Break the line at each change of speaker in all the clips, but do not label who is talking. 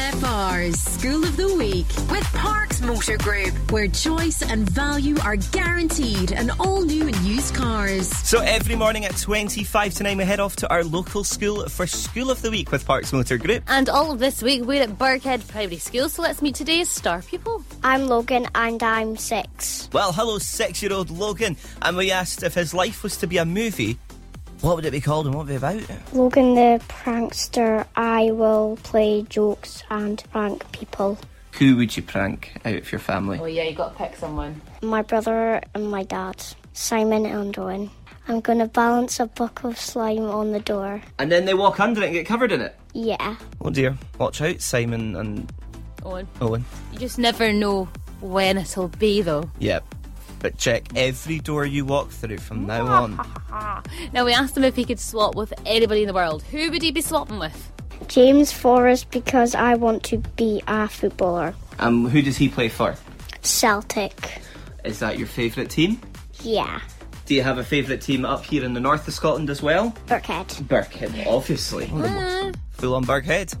MFR's School of the Week with Parks Motor Group, where choice and value are guaranteed in all new and used cars.
So every morning at 25 to 9, we head off to our local school for School of the Week with Parks Motor Group.
And all of this week, we're at Burghead Primary School, so let's meet today's star pupil.
I'm Logan and I'm six.
Well, hello, six year old Logan. And we asked if his life was to be a movie, what would it be called and what would it be about?
Logan the prankster, I will play jokes and prank people.
Who would you prank out of your
Oh,
family?
yeah, you got to pick someone.
My brother and my dad, Simon and Owen. I'm gonna balance a bucket of slime on the door.
And then they walk under it and get covered in it.
Yeah.
Oh dear. Watch out, Simon and
Owen.
Owen.
You just never know when it'll be, though.
Yep. But check every door you walk through from now on.
Now, we asked him if he could swap with anybody in the world. Who would he be swapping with?
James Forrest because I want to be a footballer.
Um, who does he play for?
Celtic.
Is that your favourite team?
Yeah.
Do you have a favourite team up here in the north of Scotland as well?
Burkhead.
Birkhead, obviously.
Uh,
Full on Birkhead.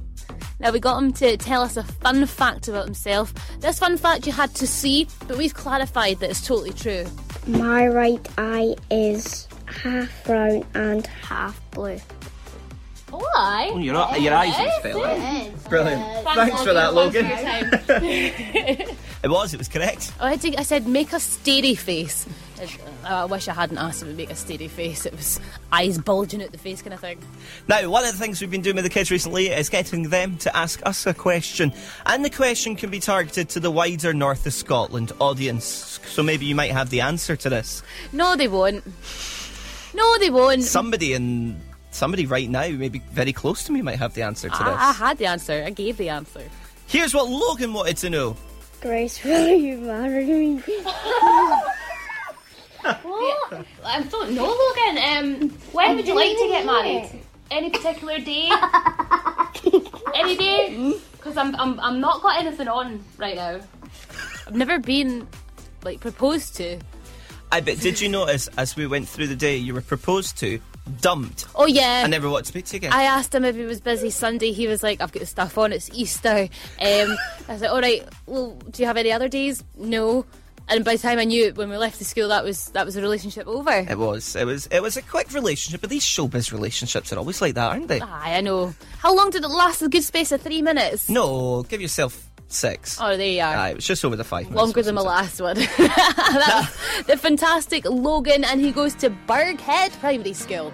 Now, we got him to tell us a fun fact about himself. This fun fact you had to see, but we've clarified that it's totally true.
My right eye is half brown and half blue.
Why?
Your, your eyes are Brilliant. Thanks for that, Logan. It was, it was correct.
Oh, I, had to, I said, make a steady face. And, uh, I wish I hadn't asked him to make a steady face. It was eyes bulging out the face kind of thing.
Now, one of the things we've been doing with the kids recently is getting them to ask us a question. And the question can be targeted to the wider north of Scotland audience. So maybe you might have the answer to this.
No, they won't. No, they won't.
Somebody in. Somebody right now, maybe very close to me, might have the answer to
I, I
this.
had the answer. I gave the answer.
Here's what Logan wanted to know.
Grace, will you marry me?
I don't know, Logan. Um, when would you like to get married? Any particular day? Any day? Because I'm, I'm, I'm not got anything on right now.
I've never been like proposed to.
I bet. Did you notice as we went through the day, you were proposed to, dumped,
Oh yeah.
and never want to speak to you again?
I asked him if he was busy Sunday. He was like, "I've got stuff on. It's Easter." Um, I was like, "All right. Well, do you have any other days?" No. And by the time I knew it, when we left the school, that was that was a relationship over.
It was. It was. It was a quick relationship, but these showbiz relationships are always like that, aren't they?
Aye, I know. How long did it last? A good space of three minutes.
No, give yourself six.
Oh, there you are.
Aye, it was just over the five. minutes,
Longer than my
wasn't
last one. That was the fantastic Logan, and he goes to Burghead Primary School.